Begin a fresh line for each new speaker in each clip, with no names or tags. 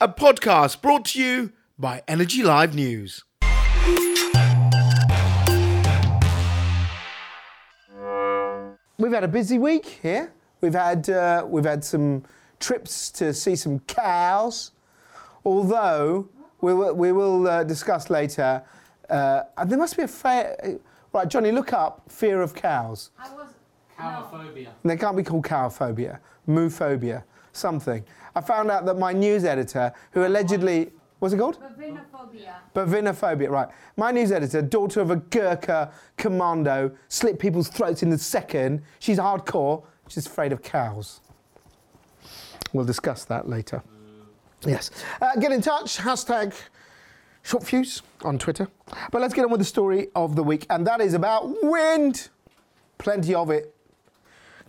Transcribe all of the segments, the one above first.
a podcast brought to you by Energy Live News.
We've had a busy week here. We've had uh, we've had some trips to see some cows. Although we will, we will uh, discuss later. Uh, and there must be a fair. Right, Johnny, look up fear of cows.
I was.
Cowophobia.
And they can't be called cowophobia, moophobia, something. I found out that my news editor, who allegedly what's it called?
No, bavinophobia.
Bavinophobia, right. My news editor, daughter of a Gurkha commando, slit people's throats in the second. She's hardcore. She's afraid of cows. We'll discuss that later. Yes. Uh, get in touch, hashtag shortfuse on Twitter. But let's get on with the story of the week, and that is about wind. Plenty of it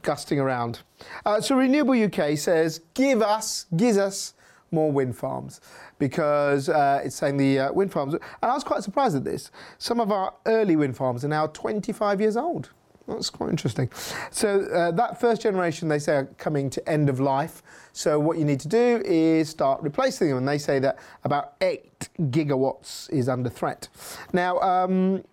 gusting around. Uh, so Renewable UK says, give us, gives us more wind farms because uh, it's saying the uh, wind farms, and I was quite surprised at this. Some of our early wind farms are now 25 years old. That's quite interesting. So uh, that first generation, they say, are coming to end of life. So what you need to do is start replacing them, and they say that about eight gigawatts is under threat. Now, um,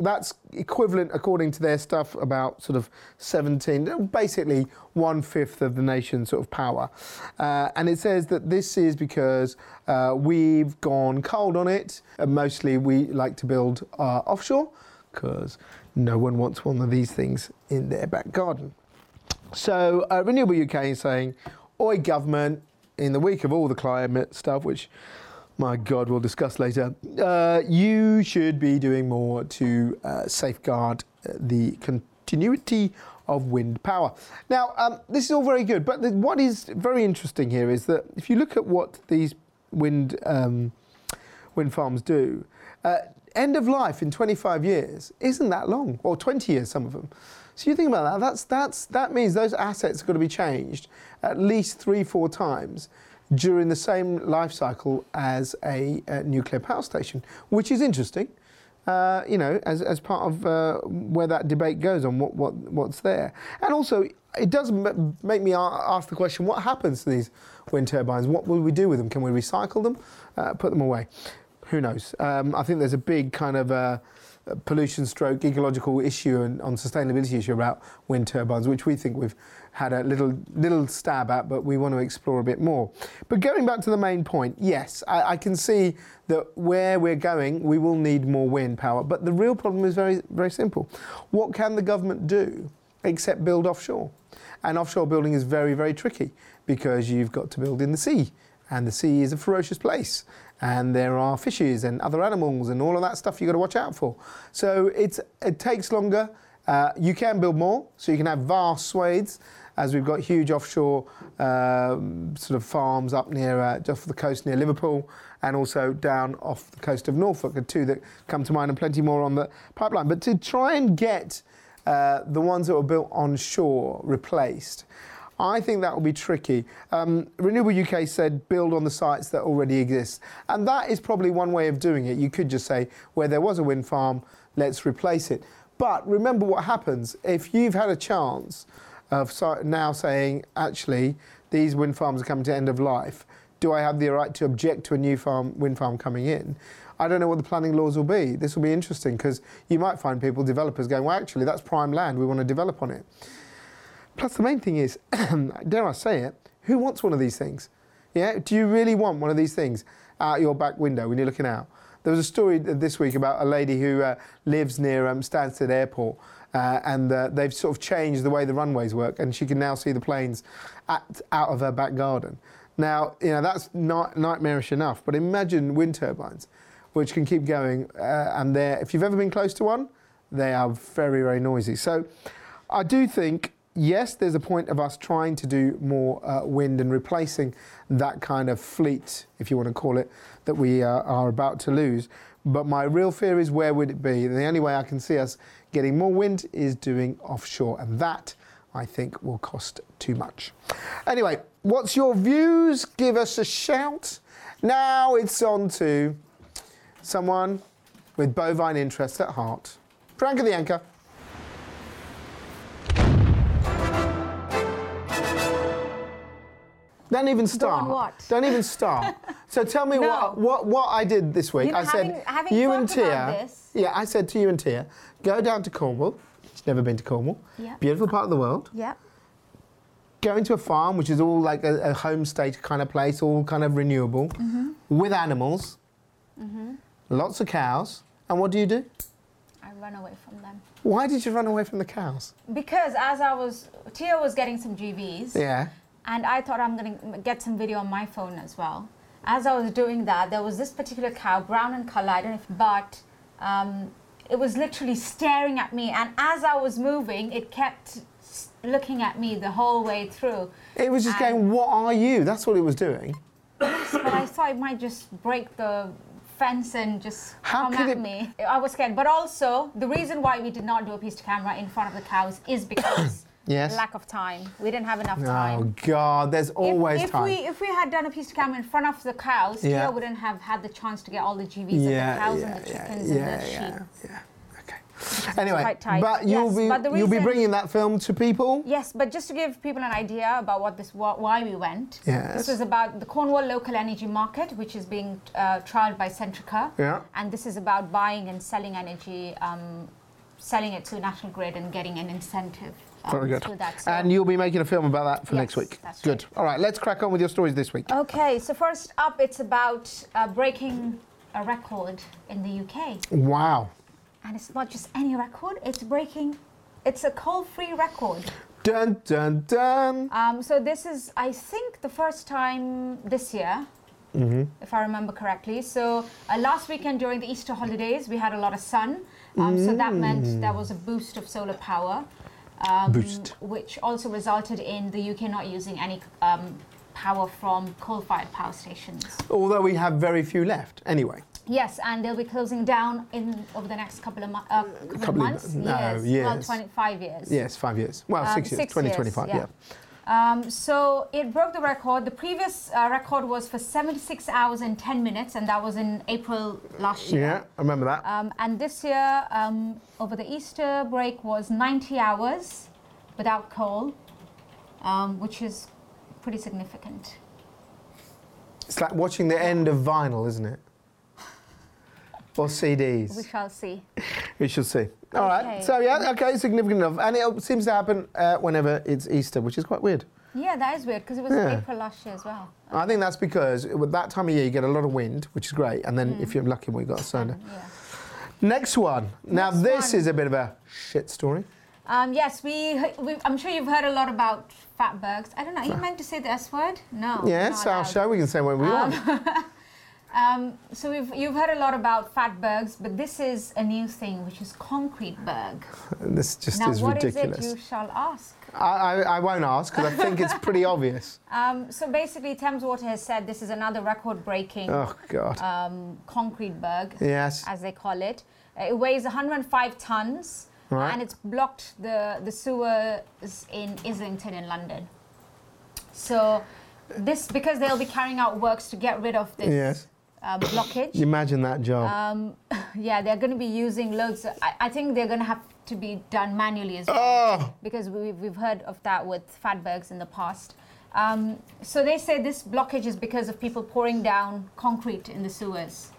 that's equivalent, according to their stuff, about sort of 17, basically one fifth of the nation's sort of power. Uh, and it says that this is because uh, we've gone cold on it, and mostly we like to build uh, offshore because no one wants one of these things in their back garden. So uh, Renewable UK is saying, "Oi, government! In the week of all the climate stuff, which my God, we'll discuss later, uh, you should be doing more to uh, safeguard uh, the continuity." Of wind power. Now, um, this is all very good, but the, what is very interesting here is that if you look at what these wind um, wind farms do. Uh, end of life in 25 years isn't that long, or 20 years, some of them. So you think about that, that's, that's, that means those assets are going to be changed at least three, four times during the same life cycle as a, uh nuclear power station, which is interesting. Uh, you know, as, as part of uh, where that debate goes on what, what, what's there. And also, it does m- make me a- ask the question what happens to these wind turbines? What will we do with them? Can we recycle them? Uh, put them away? who knows? Um, I think there's a big kind of uh, pollution stroke ecological issue and on sustainability issue about wind turbines, which we think we've had a little little stab at, but we want to explore a bit more. But going back to the main point, yes, I, I can see that where we're going, we will need more wind power. But the real problem is very very simple. What can the government do except build offshore? And offshore building is very, very tricky because you've got to build in the sea. And the sea is a ferocious place. And there are fishes and other animals and all of that stuff you've got to watch out for. So it's, it takes longer. Uh, you can build more, so you can have vast swathes, as we've got huge offshore um, sort of farms up near, uh, just off the coast near Liverpool, and also down off the coast of Norfolk, are two that come to mind, and plenty more on the pipeline. But to try and get uh, the ones that were built on shore replaced. I think that will be tricky. Um, Renewable UK said build on the sites that already exist. And that is probably one way of doing it. You could just say, where there was a wind farm, let's replace it. But remember what happens if you've had a chance of so- now saying, actually, these wind farms are coming to end of life. Do I have the right to object to a new farm, wind farm coming in? I don't know what the planning laws will be. This will be interesting because you might find people, developers, going, well, actually, that's prime land. We want to develop on it. Plus, the main thing is, dare I say it, who wants one of these things? Yeah, do you really want one of these things out your back window when you're looking out? There was a story th- this week about a lady who uh, lives near um, Stansted Airport, uh, and uh, they've sort of changed the way the runways work, and she can now see the planes at, out of her back garden. Now, you know, that's not nightmarish enough, but imagine wind turbines, which can keep going, uh, and they're, if you've ever been close to one, they are very, very noisy. So I do think, yes, there's a point of us trying to do more uh, wind and replacing that kind of fleet, if you want to call it, that we uh, are about to lose. But my real fear is where would it be? And the only way I can see us getting more wind is doing offshore. And that, I think, will cost too much. Anyway, what's your views? Give us a shout. Now it's on to someone with bovine interests at heart. Frank of the Anchor. Don't even start.
what?
Don't even start. So tell me what,
No.
what what I did this week.
You know,
I said
having- having
you and
talked
Tia.
about this-
Yeah, I said to you and Tia, go down to Cornwall. She's never been to Cornwall.
Yeah.
Beautiful part of the world.
Yep.
Going to a farm, which is all like a, a homestay kind of place, all kind of renewable,
Mm-hmm.
with animals, lots of cows. And what do you do?
I run away from them.
Why did you run away from the cows?
Because as I was, Tia was getting some GVs.
Yeah.
and I thought I'm going to get some video on my phone as well. As I was doing that, there was this particular cow, brown in color, I don't know if, but um, it was literally staring at me. And as I was moving, it kept s- looking at me the whole way through.
It was just
I-
going, what are you? That's what it was doing.
But I thought it might just break the fence and just
How
come
could
at
it-
me. I was scared. But also, the reason why we did not do a piece to camera in front of the cows is because
Yes.
lack of time. We didn't have enough time.
Oh, God, there's
If-
always
if,
time.
We, if we had done a piece of camera in front of the cows, Tia
Yeah.
wouldn't have had the chance to get all the GVs
yeah,
and the cows
yeah,
and the
yeah,
chickens
yeah,
and the
yeah,
sheep.
yeah. Okay. Anyway,
quite tight.
but you'll
Yes,
be
but the
you'll be
reason-
bringing that film to people.
Yes, but just to give people an idea about what this wh- why we went.
Yes.
This was about the Cornwall local energy market, which is being uh, trialed by Centrica.
Yeah.
And this is about buying and selling energy, um, selling it to National Grid and getting an incentive. um,
Very good.
through that. So-
And you'll be making a film about that for next
Yes,
week.
that's
good. All right, let's crack on with your stories this week.
Okay, so first up, it's about uh, breaking a record in the UK.
Wow.
And it's not just any record, it's breaking, it's a coal free record.
Dun dun dun.
Um, so this is, I think, the first time this year.
Mm-hmm.
If I remember correctly. So uh, last weekend during the Easter holidays, we had a lot of sun. Um, So that meant there was a boost of solar power. Um,
Mm. Boost.
Which also resulted in the UK not using any um, power from coal fired power stations.
Although we have very few left, anyway.
Yes, and they'll be closing down in over the next couple of, mo- uh, couple
Couple of
of months.
no,
years. Well,
years.
25 years.
Yes, five years. Well,
Um,
six years.
six
Twenty
years,
twenty-five.
yeah. Um, so it broke the record. The previous uh, record was for 76 hours and 10 minutes, and that was in April last
yeah.
year.
Yeah, I remember that.
Um, and this year, um, over the Easter break, was 90 hours without coal, um, which is pretty significant.
it's like watching the end of vinyl, isn't it? Or CDs.
We shall see.
We shall see. All right.
Okay.
So yeah, okay, significant enough, and it seems to happen uh, whenever it's Easter, which is quite weird.
Yeah, that is weird because it was
Yeah.
April last year as well.
I think that's because with that time of year you get a lot of wind, which is great, and then
Mm.
if you're lucky, we got sun.
Yeah.
Next one. Now
Mm. Next
this
one.
is a bit of a shit story.
Um, yes, we, we. I'm sure you've heard a lot about fatbergs. I don't know. Are you meant to say the S word? No.
yes,
not
our
allowed.
show we can say what we want.
Um, so we've, you've heard a lot about fatbergs, but this is a new thing, which is concrete berg.
This just
now,
is
what is
ridiculous.
it? You shall ask.
I, I, I won't ask because I think it's pretty obvious.
Um, so basically, Thames Water has said this is another record-breaking
Oh God.
um, concrete berg,
yes.
as they call it. Uh, It weighs 105 tons,
Right.
and it's blocked the the sewers in Islington in London. So this because they'll be carrying out works to get rid of this
Yes.
uh, blockage.
Imagine that job.
Um, yeah, they're going to be using loads. I, I think they're going to have to be done manually as well.
Oh.
Because we, we've heard of that with fatbergs in the past. Um, so they say this blockage is because of people pouring down concrete in the sewers,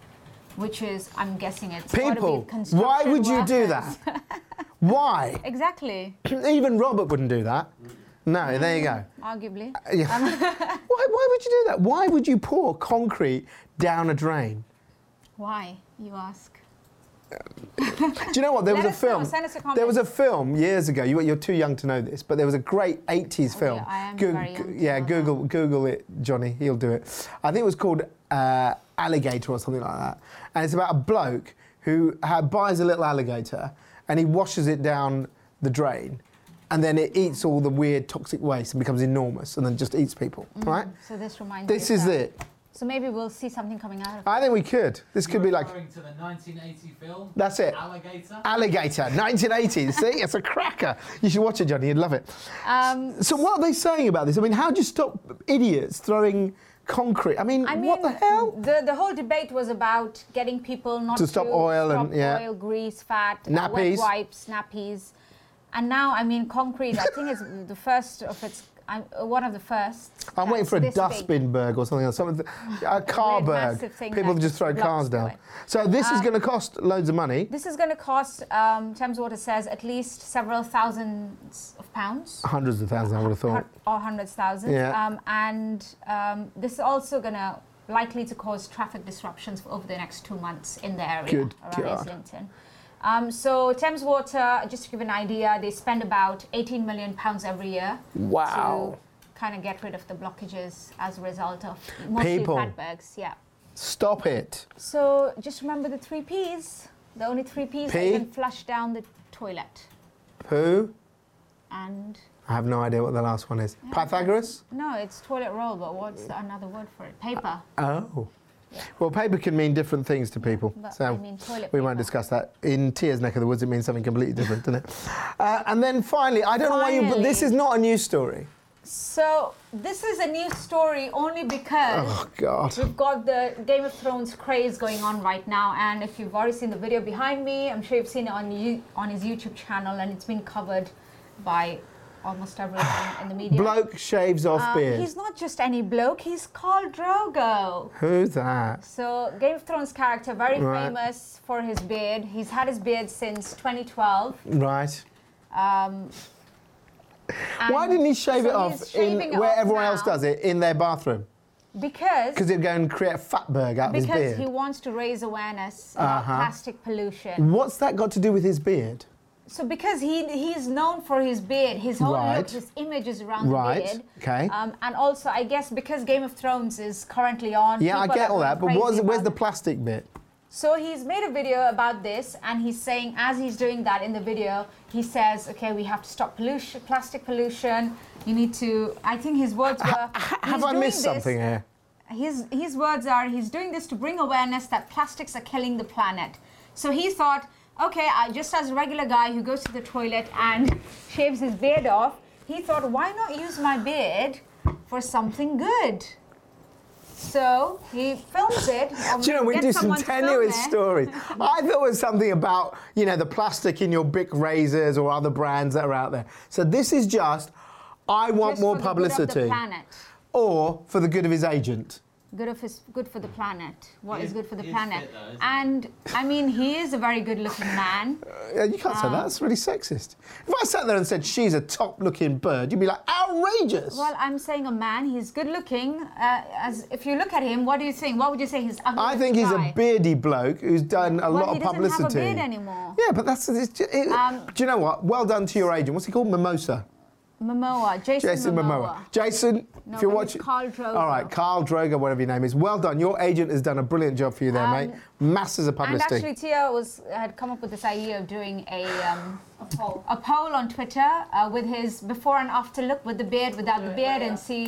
which is, I'm guessing it's gotta be
People, why
construction
would you do
workers.
that? Why?
Exactly,
Even Robert wouldn't do that. No, there you go.
arguably.
Yeah. why, why would you do that? Why would you pour concrete down a drain?
Why, you ask?
Do you know what? There was
Let
a
us know.
film.
Send us a
there was a film years ago. You, you're too young to know this, but there was a great 80s film.
Oh, I am
Goog-
very young to
yeah,
know
Google Google it, Johnny. He'll do it. I think it was called uh, Alligator or something like that. And it's about a bloke who ha- buys a little alligator and he washes it down the drain, and then it eats all the weird toxic waste and becomes enormous, and then just eats people. Right?
So this reminds
This
me. of
is
Mm. that.
it. Uh,
So maybe we'll see something coming out of it.
I think we could. This could be like
referring to the 1980 film.
That's it.
Alligator.
Alligator, 1980s. See, it's a cracker. You should watch it, Johnny. You'd love it.
Um,
So, what are they saying about this? I mean, how do you stop idiots throwing concrete? I mean,
I mean,
what the hell?
The, the whole debate was about getting people not
To stop oil and-
stop
yeah.
oil, grease, fat, uh,
Nappies.
wet wipes, nappies, and now I mean concrete. I think it's the first of its I'm uh, one of the first.
I'm waiting for a
dustbin.
dustbin berg or something else. Something, a car
Weird
berg.
massive thing
People
that
just throw
blocks Uh,
cars
the
down.
way.
So this is going to cost loads of money.
This is going to cost, um, Thames Water says, at least several thousands of pounds.
Hundreds of thousands, I would have thought.
Or hundreds thousands.
Yeah.
Um, and um, this is also going to likely to cause traffic disruptions for over the next two months in the area
Good
around
God.
Islington. Um, so Thames Water, just to give an idea, they spend about 18 million pounds every year
Wow.
to kind of get rid of the blockages as a result of mostly
People.
Padbergs. Yeah.
Stop it.
So just remember the three P's. The only three P's that
P?
you can flush down the toilet.
Poo.
And
I have no idea what the last one is. Pythagoras?
no, it's toilet roll, but what's the, another word for it? Paper.
Oh. Well, paper can mean different things to people.
But
so
I mean toilet
we won't
paper.
discuss that. In Tia's neck of the woods, it means something completely different, doesn't it? Uh, and then finally, I don't know why you, but this
Finally.
is not a news story.
So this is a new story only because
Oh, God.
we've got the Game of Thrones craze going on right now, and if you've already seen the video behind me, I'm sure you've seen it on you, on his YouTube channel, and it's been covered by almost everyone in the media.
Bloke shaves off
Uh,
beard.
he's not just any bloke; he's called Drogo.
Who's that?
So Game of Thrones character, very
Right.
famous for his beard. He's had his beard since 2012.
Right.
Um,
Why
and
didn't he shave
Um, so
it
he's
off in
shaving it
where
off
everyone else
now
does it in their bathroom?
Because
Because he'd go and create a fatberg out of his
because
beard.
he wants to raise awareness about
Uh-huh. Mm.
plastic pollution.
What's that got to do with his beard?
So because he he's known for his beard, his whole
Right.
look, his images around
Right,
the beard.
okay.
Um, and also, I guess because Game of Thrones is currently on.
Yeah, I
people
get
are
all
going
that, but
crazy
what's, where's the
about it.
plastic bit?
So he's made a video about this, and he's saying, as he's doing that in the video, he says, "Okay, we have to stop pollution, plastic pollution. You need to." I think his words were.
Have
he's
I
doing
missed
this-
something here?
his his words are he's doing this to bring awareness that plastics are killing the planet. So he thought, okay, I, just as a regular guy who goes to the toilet and shaves his beard off, he thought, why not use my beard for something good? So he films it. um,
Do you know, we
gets
do some
someone to film
tenuous
it.
stories. I thought it was something about, you know, the plastic in your Bic razors or other brands that are out there. So this is just, I want
Just
more
for the good of the
publicity.
planet.
Or for the good of his agent.
good of his good for the planet What is
He is-
good for the
he is
planet
fit though, isn't he?
and i mean he is a very good looking man
Uh, You can't
Ah.
say that, that's really sexist. If I sat there and said, she's a top looking bird, you'd be like, outrageous.
Well, I'm saying a man. He's good looking. Uh, as if you look at him, what do you think? What would you say? He's ugly.
I think he's a
guy?
beardy bloke who's done a
Well,
lot
he
of
doesn't have a
publicity.
beard anymore.
Yeah, but that's. It's, ju- it,
Um,
do you know what? Well done to your agent. What's he called? Mimosa.
Momoa, Jason,
Jason Momoa.
Momoa.
Jason,
No,
if you're
but
watching.
it's Carl Drogo.
All right, Carl Droger, whatever your name is. Well done. Your agent has done a brilliant job for you there,
Um,
mate. Masses of
And
publicity.
actually, Tia was had come up with this idea of doing a um, a poll on Twitter uh, with his before and after look with the beard, without the beard, and see.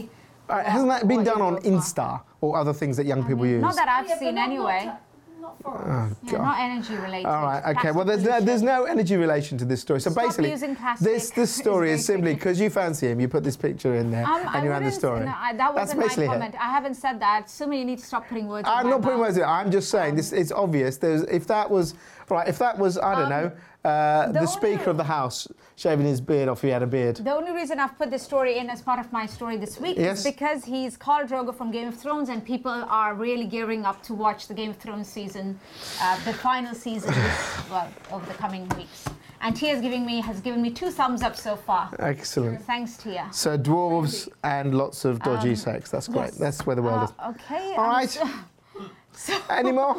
All right,
what-
hasn't that been
what
done
your
on
thoughts are.
Insta or other things that young people use?
Um, Not that I've
Yeah, but
seen
not-
anyway.
Not, not for us.
Oh,
Yeah,
God.
not energy related.
All right. Okay.
Plastic
Well, there's no,
pollution.
there's no energy relation to this story. So
Stop
basically,
using plastic.
this this
It's
story is
very
simply because you fancy him, you put this picture in there,
Um,
and
I
you ran the
wouldn't-
story.
no, I- that
That's
wasn't my
basically it.
comment. I haven't said that. Sumi, you need to stop putting words. in
I'm
my Um,
not putting
mouth.
words in. it. I'm just saying this. It's obvious. There's if that was right. If that was I don't
Um,
know uh, the,
the
Speaker
only-
of the House shaving his beard off. He had a beard.
The only reason I've put this story in as part of my story this week
Yes.
is because he's Khal Drogo from Game of Thrones, and people are really gearing up to watch the Game of Thrones season, uh, the final season, this, well, over the coming weeks. And Tia's giving me has given me two thumbs up so far.
Excellent.
Thanks, Tia.
So dwarves and lots of dodgy sex. That's great.
Um, yes.
That's where the world
Uh, okay.
is. All
I'm
right.
so- so-
Anymore?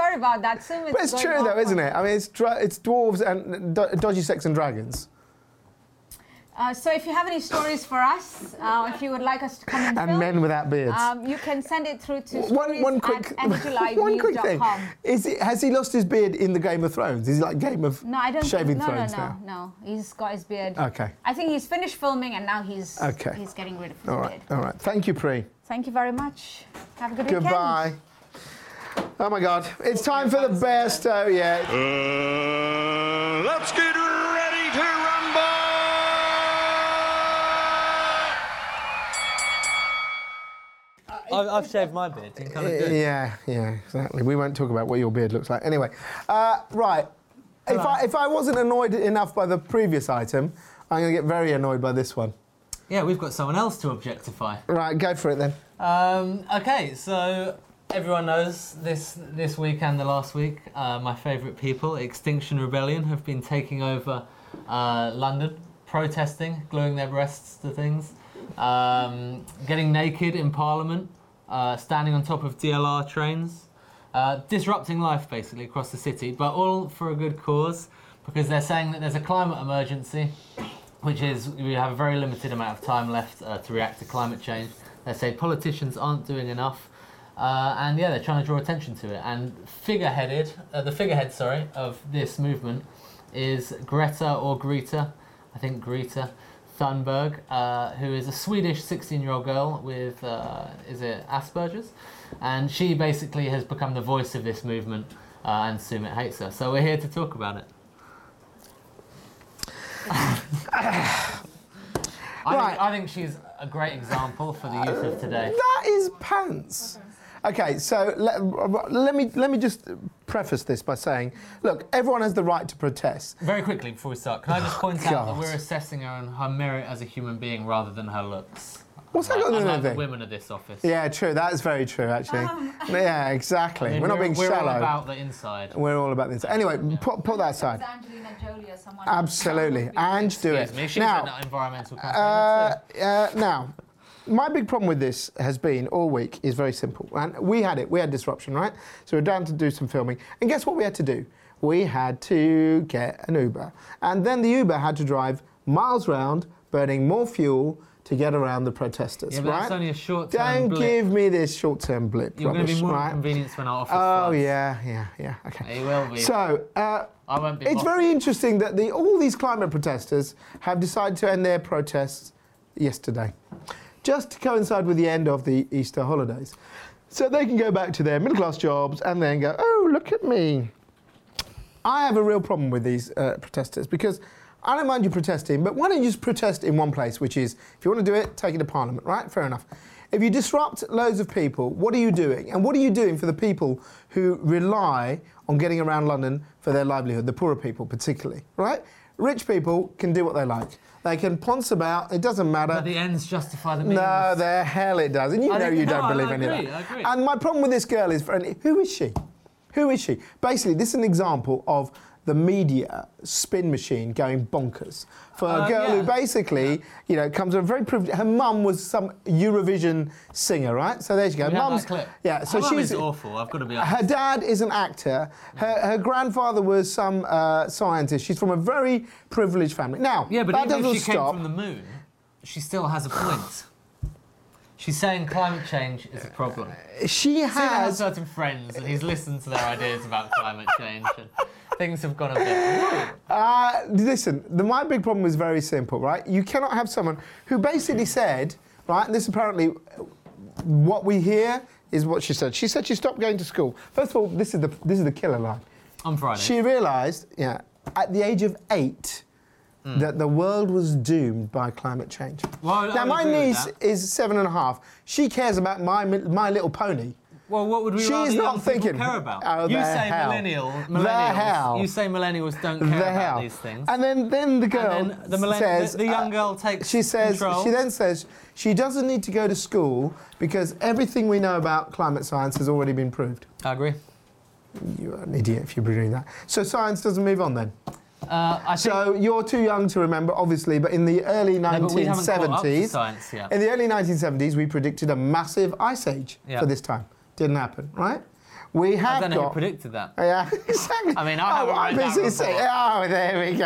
Sorry about that. Sumi,
But it's
going
true
off
though,
on-
isn't it? I mean, it's dra- it's dwarves and do- dodgy sex and dragons.
Uh, so if you have any stories for us, uh, if you would like us to come and,
And
film,
men without beards.
um, you can send it through to
one, one quick, one quick thing.
energylivenews.com.
Is it, has he lost his beard in the Game of Thrones? Is he like Game of
No, I don't.
Shaving
think, no,
Thrones
no, no,
now?
no. He's got his beard.
Okay.
I think he's finished filming and now he's
Okay.
he's getting rid of his
All right,
beard.
all right. Thank you, Pri.
Thank you very much. Have a good weekend.
Goodbye. Oh my God! It's time for the best. Oh yeah.
Uh, let's get ready to rumble!
I've, I've shaved my beard and kind of good.
Yeah, yeah, exactly. We won't talk about what your beard looks like. Anyway, uh, right. If I, if I wasn't annoyed enough by the previous item, I'm going to get very annoyed by this one.
Yeah, we've got someone else to objectify.
Right, go for it then.
Um, okay, so everyone knows this this week and the last week, uh, my favourite people, Extinction Rebellion, have been taking over uh, London, protesting, gluing their breasts to things, um, getting naked in Parliament, uh, standing on top of DLR trains, uh, disrupting life basically across the city, but all for a good cause because they're saying that there's a climate emergency which is we have a very limited amount of time left uh, to react to climate change. They say politicians aren't doing enough, uh, and yeah, they're trying to draw attention to it. And figureheaded, uh, the figurehead, sorry, of this movement is Greta or Greta, I think Greta Thunberg, uh, who is a Swedish 16-year-old girl with, uh, is it Asperger's, and she basically has become the voice of this movement. Uh, and Sumit hates her, so we're here to talk about it. I,
Right.
think, I think she's a great example for the youth of today.
That is pants. Okay, so let, let me let me just preface this by saying, look, everyone has the right to protest.
Very quickly before we start, can I just point out
God.
that we're assessing her on her merit as a human being rather than her looks?
What's that got to do with
Unlike the
anything?
women of this office.
Yeah, true. That is very true, actually.
Um.
yeah, exactly.
I mean,
we're not being
we're
shallow.
all about the inside.
we're all about this. Anyway, put, put that aside.
Angelina Jolie or someone.
Absolutely. And do it.
Excuse me, she's
now,
in that environmental campaign.
uh,
too.
uh, now, my big problem with this has been all week is very simple. And we had it, we had disruption, right? So we're down to do some filming. And guess what we had to do? We had to get an Uber. And then the Uber had to drive miles round, burning more fuel to get around the protesters,
yeah, but
right?
that's only a short
Don't
term blip.
give me this short term blip
You're going to
rubbish,
be more
right?
inconvenienced when our office
Oh,
floods.
yeah, yeah, yeah. Okay.
It will be.
So, uh,
I won't be
it's
bothered.
very interesting that the, all these climate protesters have decided to end their protests yesterday, just to coincide with the end of the Easter holidays. So they can go back to their middle class jobs and then go, oh, look at me. I have a real problem with these uh, protesters because I don't mind you protesting, but why don't you just protest in one place, which is if you want to do it, take it to Parliament, right? Fair enough. If you disrupt loads of people, what are you doing? And what are you doing for the people who rely on getting around London for their livelihood, the poorer people particularly, right? Rich people can do what they like. They can ponce about, it doesn't matter.
But the ends justify the means.
No, the hell it does. And you
I
know
think-
you
no,
don't
I- I
believe any
agree,
of
I
that.
agree.
And my problem with this girl is, and who is she? Who is she? Basically, this is an example of the media spin machine going bonkers for a
Uh,
girl who
yeah.
basically, you know, comes from a very privileged. Her mum was some Eurovision singer, right? So there you go.
We have
Mum's
that clip.
yeah. So
Her mum
she's
is awful. I've got to be honest.
her dad is an actor. Her, her grandfather was some uh, scientist. She's from a very privileged family. Now,
Yeah, but
that
even
doesn't
if she
stop.
came from the moon, she still has a point. She's saying climate change is a problem.
she
Susan has
Uh, has
certain friends, and he's listened to their ideas about climate change, and things have gone a bit.
Uh, listen, the, my big problem is very simple, right? You cannot have someone who basically said, right, and this apparently, uh, what we hear is what she said. She said she stopped going to school. First of all, this is the, this is the killer line.
On Friday.
She realised, yeah, at the age of eight, that the world was doomed by climate change.
Hmm. Well, I- I
now,
would
my
agree with
niece
that.
is seven and a half. She cares about my, Mi- my little pony.
well, what would we
she's
rather
not
young people
thinking-
care about?
Oh,
you
the
say
hell.
millennial,
The
millennials.
hell.
You say millennials don't care
the
about
hell.
these things.
And then, then the girl
then the millenn-
says, uh,
the- the young girl takes
She says
control.
she then says she doesn't need to go to school because everything we know about climate science has already been proved.
I agree.
You're an idiot if you're doing that. So science doesn't move on then.
Uh, I think
So you're too young to remember, obviously, but in the early
No, but we haven't caught up to
1970s,
science yet.
in the early 1970s, we predicted a massive ice age
Yeah.
for this time. Didn't happen, right? We have
I don't know
got
who predicted that.
Oh, yeah, exactly.
I mean, I haven't
oh,
read that
IPCC. Oh, there we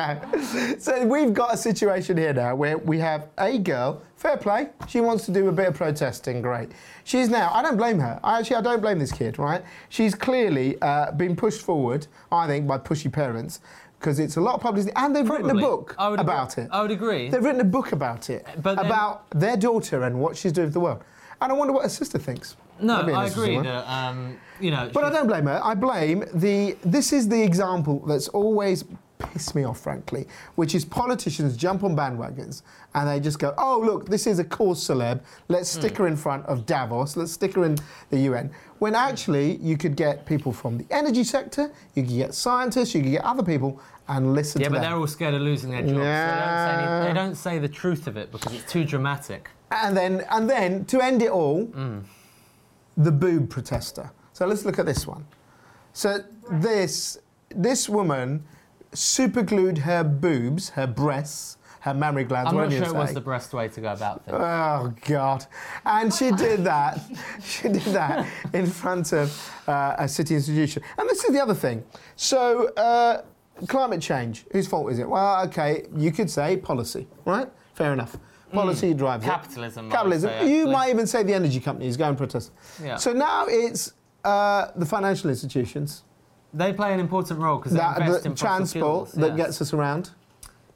go. So we've got a situation here now where we have a girl. Fair play. She wants to do a bit of protesting. Great. She's now. I don't blame her. I actually, I don't blame this kid. Right? She's clearly uh, been pushed forward. I think by pushy parents because it's a lot of publicity, and they've written a
Probably.
book
I would agree-
about it.
I would agree.
They've written a book about it,
But then-
about their daughter and what she's doing for the world. And I wonder what her sister thinks.
No,
That'd be an
I
interesting
agree
one.
that um, you know.
But I
she-
don't blame her. I blame the. This is the example that's always piss me off, frankly, which is politicians jump on bandwagons and they just go, oh, look, this is a cause celeb. Let's
Hmm.
stick her in front of Davos. Let's stick her in the UN. When actually, you could get people from the energy sector, you could get scientists, you could get other people and listen
Yeah,
to
but
them.
they're all scared of losing their jobs. They, don't say any-
Yeah.
they don't say the truth of it because it's too dramatic.
And then, and then to end it all,
Mm.
the boob protester. So let's look at this one. So this this woman superglued her boobs, her breasts, her mammary glands.
I'm
what
not
do you
sure it was
say?
the best way to go about things.
Oh God! And she did that. she did that in front of uh, a city institution. And this is the other thing. So uh, climate change. Whose fault is it? Well, okay, you could say policy, right? Fair enough. Policy drives it.
Hmm. Capitalism, I would
Capitalism.
say,
you
actually.
might even say the energy companies go and protest.
Yeah.
So now it's uh, the financial institutions,
They play an important role because they
that,
invest
the
in fossil
transport
fuels,
that
yeah.
gets us around.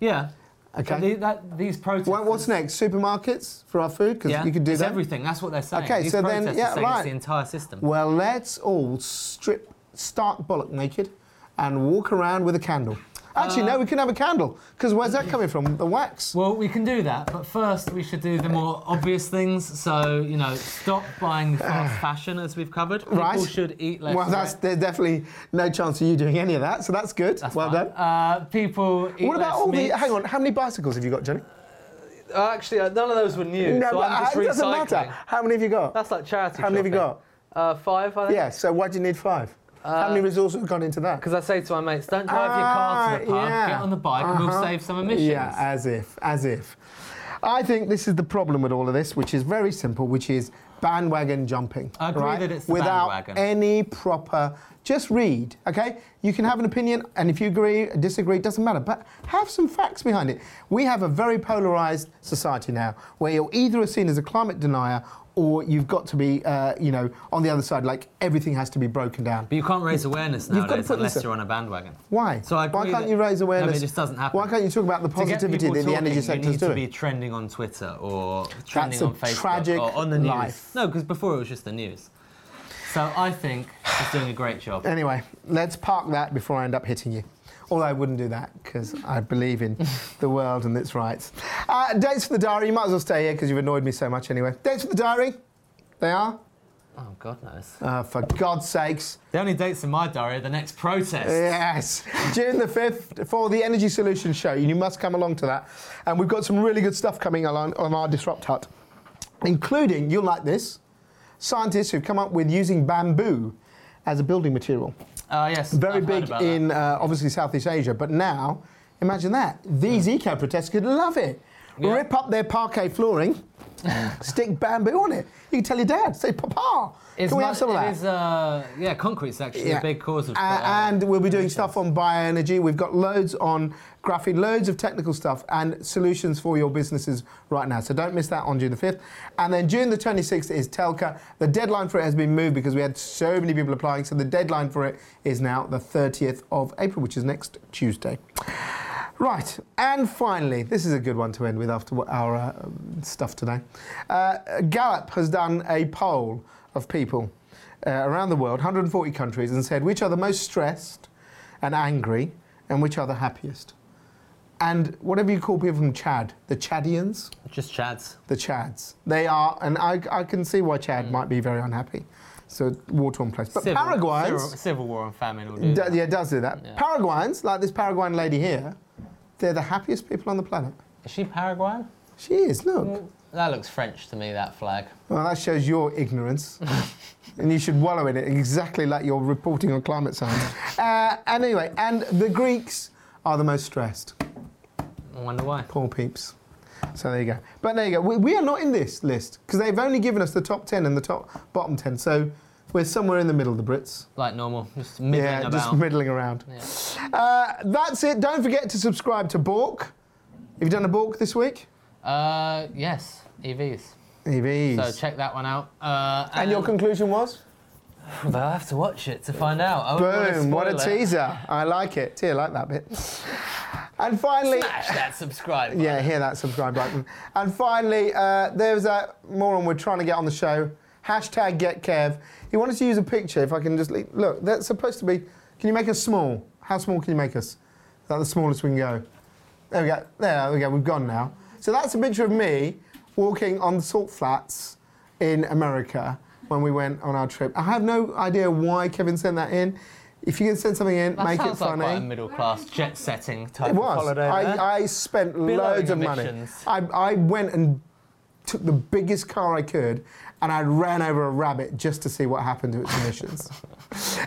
yeah.
Okay.
The- that- these protests.
What, what's next? Supermarkets for our food because
Yeah,
you could do
it's
that.
everything. That's what they're saying.
Okay,
These
so then-
protests
yeah,
are saying
right.
it's the entire system.
Well, let's all strip stark bollock naked and walk around with a candle. Actually, no, we can have a candle because where's that coming from? The wax.
Well, we can do that, but first we should do the more obvious things. So, you know, stop buying the fast fashion, as we've covered. People
Right.
should eat less.
Well, that's
bread.
there's definitely no chance of you doing any of that, so that's good.
That's
well
fine.
done.
Uh, people eat
what about
less
all
meat.
the? Hang on, how many bicycles have you got, Jenny?
Uh, actually, uh, none of those were new, so
but uh,
I'm just
it
recycling.
doesn't matter. How many have you got?
That's like charity.
how many have you
shopping.
got?
Uh, five, I think.
Yeah. So why do you need five? how
Uh,
many resources have gone into that?
Because I say to my mates, don't drive your car to the
Ah,
pub,
yeah.
get on the bike, and we'll
Uh-huh.
save some emissions.
Yeah, uh, as if, as if. I think this is the problem with all of this, which is very simple, which is bandwagon jumping.
I agree
right?
that it's the
Without
bandwagon.
any proper, just read, okay? You can have an opinion, and if you agree, disagree, doesn't matter, but have some facts behind it. We have a very polarized society now, where you're either seen as a climate denier or you've got to be, uh, you know, on the other side, like everything has to be broken down.
But you can't raise awareness
You've got to
nowadays
put this
unless
up.
you're on a bandwagon.
Why?
So I agree
Why can't
that-
you raise
No, but it
awareness?
just doesn't happen.
Why can't you talk about the
To get
positivity
people
that the energy
talking,
sector
you
is
need
doing?
to be trending on Twitter or trending
a
on Facebook
tragic
or on the news.
life.
No, because before it was just the news. So I think he's doing a great job.
Anyway, let's park that before I end up hitting you. Although I wouldn't do that because I believe in the world and its rights. Uh, dates for the diary. You might as well stay here because you've annoyed me so much anyway. Dates for the diary. They are.
Oh God knows.
Uh, for God's sakes.
The only dates in my diary are the next protest.
Yes. June the 5th for the Energy Solutions Show. You must come along to that. And we've got some really good stuff coming along on our Disrupt Hut, including, you'll like this, scientists who've come up with using bamboo as a building material.
Oh yes.
very
I've heard
big
about that.
in uh, obviously Southeast Asia, but now imagine that these eco protesters could love it.
Yeah.
Rip up their parquet flooring, stick bamboo on it. You can tell your dad, say, Papa,
It's
can we
not-
have some of
it
that?
is, uh, yeah, concrete's actually
Yeah.
a big cause of. uh,
A- and we'll be doing stuff on bioenergy. We've got loads on graphene, loads of technical stuff and solutions for your businesses right now. So don't miss that on June the 5th. And then June the 26th is Telca. The deadline for it has been moved because we had so many people applying. So the deadline for it is now the 30th of April, which is next Tuesday. Right, and finally, this is a good one to end with after what our uh, um, stuff today. Uh, Gallup has done a poll of people uh, around the world, 140 countries, and said which are the most stressed and angry and which are the happiest. And whatever you call people from Chad, the Chadians,
just chads.
the Chads, they are, and I, I can see why Chad might be very unhappy. So, war torn place. But
Hmm. Civil-
Paraguayans.
civil, civil war and famine will
Do-
do. that.
yeah, it does do that.
Yeah.
Paraguayans, like this Paraguayan lady here, they're the happiest people on the planet.
Is she Paraguayan?
She is, look.
That looks French to me. That flag.
Well, that shows your ignorance. and you should wallow in it, exactly like you're reporting on climate science. uh, and anyway, and the Greeks are the most stressed.
I wonder why.
Poor peeps. So there you go. But there you go. We, we are not in this list because they've only given us the top 10 and the top bottom 10. So we're somewhere in the middle, the Brits.
Like normal, just middling
yeah,
about.
just middling around. Uh, that's it. Don't forget to subscribe to Bork. Have you done a Bork this week?
Uh, yes, EVs.
EVs.
So check that one out. Uh,
and your conclusion was?
But I have to watch it to find out. I wouldn't wanna
Boom, what a
spoil it.
teaser. I like it. Do you like that bit? And finally,
Smash that subscribe. button.
yeah, hear that subscribe button. And finally, uh, there's that moron we're trying to get on the show. Hashtag get Kev. He wanted to use a picture. If I can just le- look, that's supposed to be. Can you make us small? How small can you make us? That's the smallest we can go. There we go. There we go. We've gone now. So that's a picture of me walking on the salt flats in America when we went on our trip. I have no idea why Kevin sent that in. If you can send something in,
That
make it
sounds like
funny.
quite a middle class jet setting type
It
of
was.
holiday. there.
I, I spent loads of money.
emissions.
I, I went and took the biggest car I could and I ran over a rabbit just to see what happened to its emissions.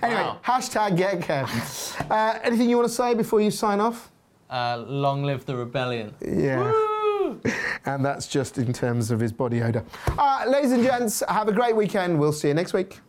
anyway,
Wow.
hashtag get Kev. Uh, anything you want to say before you sign off?
Uh, long live the rebellion.
Yeah. And that's just in terms of his body odour. Uh, ladies and gents, have a great weekend. We'll see you next week.